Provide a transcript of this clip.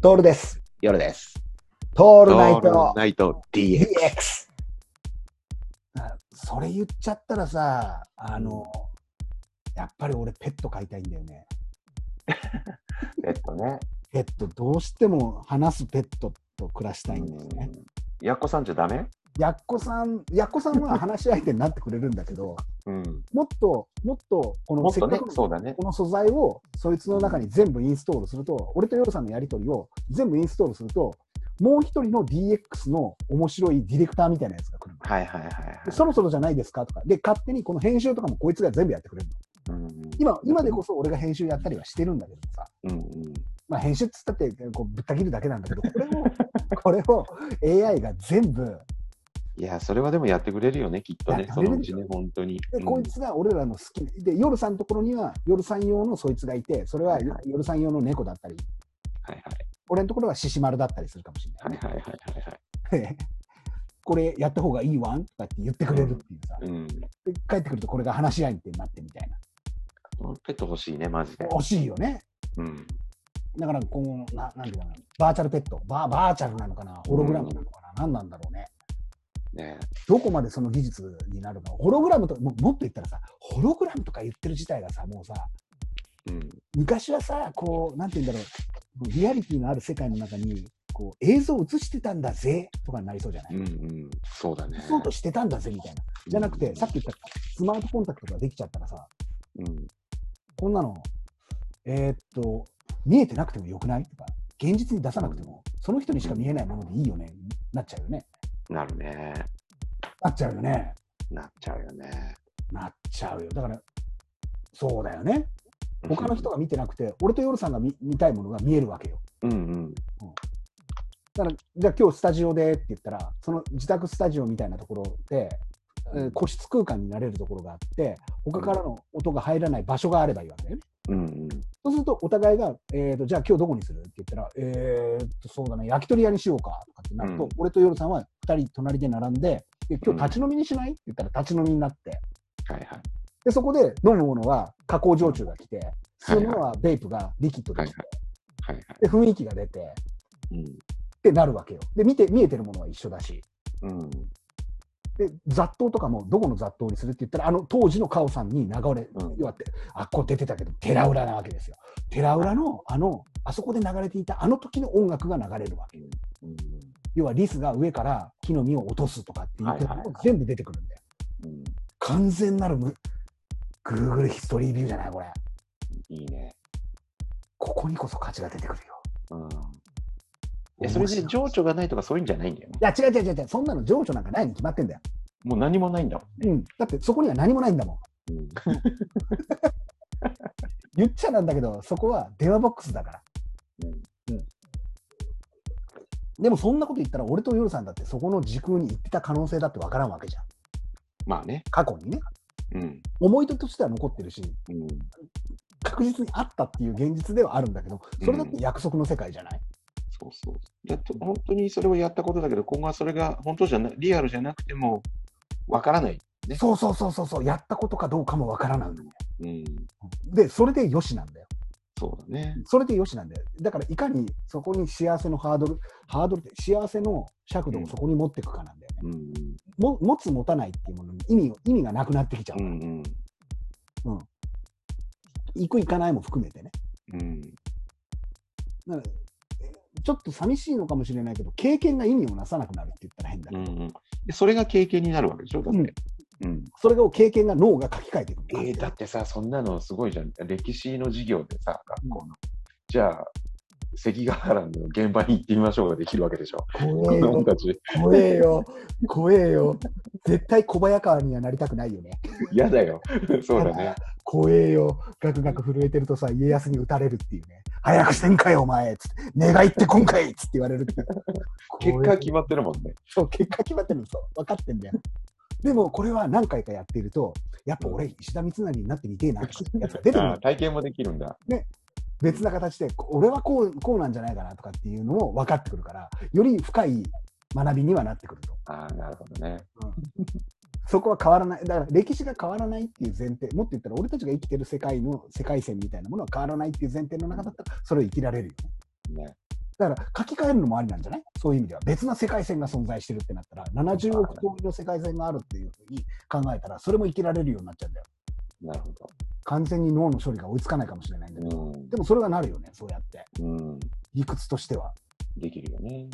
トールです。夜です。トオールナイトナイト DX。 DX。あそれ言っちゃったらさ、あの、やっぱり俺ペット飼いたいんだよね。えっとね。ペット、どうしても話すペットと暮らしたいんですね。やっこさんじゃダメやっこさん、やっこさんは話し相手になってくれるんだけど、うん。もっと、もっと、このもっせっとかねく、のそうだね。この素材をそいつの中に全部インストールすると、俺とヨルさんのやりとりを全部インストールすると、もう一人の DX の面白いディレクターみたいなやつが来るの。はいはいはいはい。でそろそろじゃないですかとか、で、勝手にこの編集とかもこいつが全部やってくれるの。うん今、今でこそ俺が編集やったりはしてるんだけどさ、うんうん。まあ編集っつったってこうぶった切るだけなんだけど、 これを、これを AI が全部、いや、それはでもやってくれるよね、きっとやっね。てそくれのるうでしちょね、本当に。で、うんこいつが俺らの好きで、夜さんのところには夜さん用のそいつがいて、それははいは夜さん用の猫だったり、はい俺のところは獅子丸だったりするかもしれないはい。はいはいはいはいはい。 でこれやった方がいいわんとかって言ってくれるっていうさ、うん。で帰ってくるとこれが話し合いってなってみたいなペット欲しいね、マジで。惜しいよねうん。だからこうななんていうかなバーチャルペットバーバーチャルなのかなホログラムなのかな、何なんだろうねねどこまでその技術になるのホログラムとももっと言ったらさホログラムとか言ってる自体がさもうさうん。昔はさこうなんて言うんだろうリアリティのある世界の中にこう映像を映してたんだぜとかになりそうじゃない、うんうん。そうだね。そうとしてたんだぜみたいなじゃなくてさっき言ったスマートコンタクトができちゃったらさうん。こんなの、えーっと、見えてなくてもよくないとか、現実に出さなくても、その人にしか見えないものでいいよね、なっちゃうよね。なるね。なっちゃうよね。なっちゃうよね。なっちゃうよ。だから、そうだよね。他の人が見てなくて、俺と夜さんが見見たいものが見えるわけよ。うんうん。だから、じゃあ今日スタジオでって言ったら、その自宅スタジオみたいなところで、えー個室空間になれるところがあって、他からの音が入らない場所があればいいわけだよね。うんうん。そうすると、お互いが、えー、とじゃあ今日どこにするって言ったら、えー、とそうだね、焼き鳥屋にしようかとかってなると、うん俺と夜さんは2人隣で並んで、で今日立ち飲みにしないって言ったら立ち飲みになって、はいはい。でそこで飲むものは加工焼酎が来て、吸うものはベイプがリキッドではいはい来て、。はいはい。で雰囲気が出てっうん。てなるわけよ。で見て、見えてるものは一緒だし、うん。で雑踏とかもどこの雑踏にするって言ったら、あの当時のカオさんに流れ、うん要はって、あっこう出てたけど、寺浦なわけですよ。寺浦のあの、あそこで流れていたあの時の音楽が流れるわけ。うん要はリスが上から木の実を落とすとかっていうことはいはいも全部出てくるんだよ。うん。完全なるむ Google ヒストリービューじゃないこれ。いいね。ここにこそ価値が出てくるよ。うん。いやそれで面白い情緒がないとかそういうんじゃないんだよね。いや違う違う違う違う、そんなの情緒なんかないに決まってんだよ。もう何もないんだもんうね。ん。だってそこには何もないんだもん。うん言っちゃなんだけど、そこは電話ボックスだから。でもそんなこと言ったら、俺とヨルさんだってそこの時空に行ってた可能性だってわからんわけじゃん。 まあね。過去にね。うん。思い出としては残ってるし、うん。確実にあったっていう現実ではあるんだけど、それだって約束の世界じゃない。そうそう。やっと本当にそれをやったことだけど、今後はそれが本当じゃなリアルじゃなくてもわからない。ねそうそうそうそうそう、やったことかどうかもわからないんだよ。うん。で、それでよしなんだよ。そうだね。それでよしなんだよ。だから、いかにそこに幸せのハードル、ハードルって幸せの尺度をそこに持っていくかなんだよね。うん。も持つ、持たないっていうものに意味を意味がなくなってきちゃう。うんうん。行く、行かないも含めてね。うん。だからちょっと寂しいのかもしれないけど、経験が意味をなさなくなるって言ったら変だけうど、んうん。でそれが経験になるわけでしょだって。うん。それを経験が脳が書き換えていく。えーだってさ、そんなのすごいじゃん。歴史の授業でさ、学校の。じゃあ、関ヶ原の現場に行ってみましょうができるわけでしょ。怖え子供よ、たち、怖えよ、怖えよ。絶対小早川にはなりたくないよね。嫌だ よ。そうだね。怖えよ、ガクガク震えてるとさ、家康に撃たれるっていうね、早くせんかい、お前つって、願いって今回つって言われるっていう結怖果え決まってるもんね。そう結果決まってるの、そう、分かってんだよ。でも、これは何回かやっていると、やっぱ俺、石田三成になってみてえ なってやつが出てくあーる、体験もできるんだ。別な形で、こ俺はこうこうなんじゃないかなとかっていうのも分かってくるから、より深い学びにはなってくると。ああ、なるほどね。そこは変わらない、だから歴史が変わらないっていう前提、もっと言ったら、俺たちが生きてる世界の世界線みたいなものは変わらないっていう前提の中だったら、それを生きられるよね。ねだから書き換えるのもありなんじゃないそういう意味では別な世界線が存在してるってなったら70億通りの世界線があるっていうふうに考えたらそれも生きられるようになっちゃうんだよなるほど。完全に脳の処理が追いつかないかもしれないんだけど、でもそれはなるよねそうやってうん。うん。理屈としてはできるよね。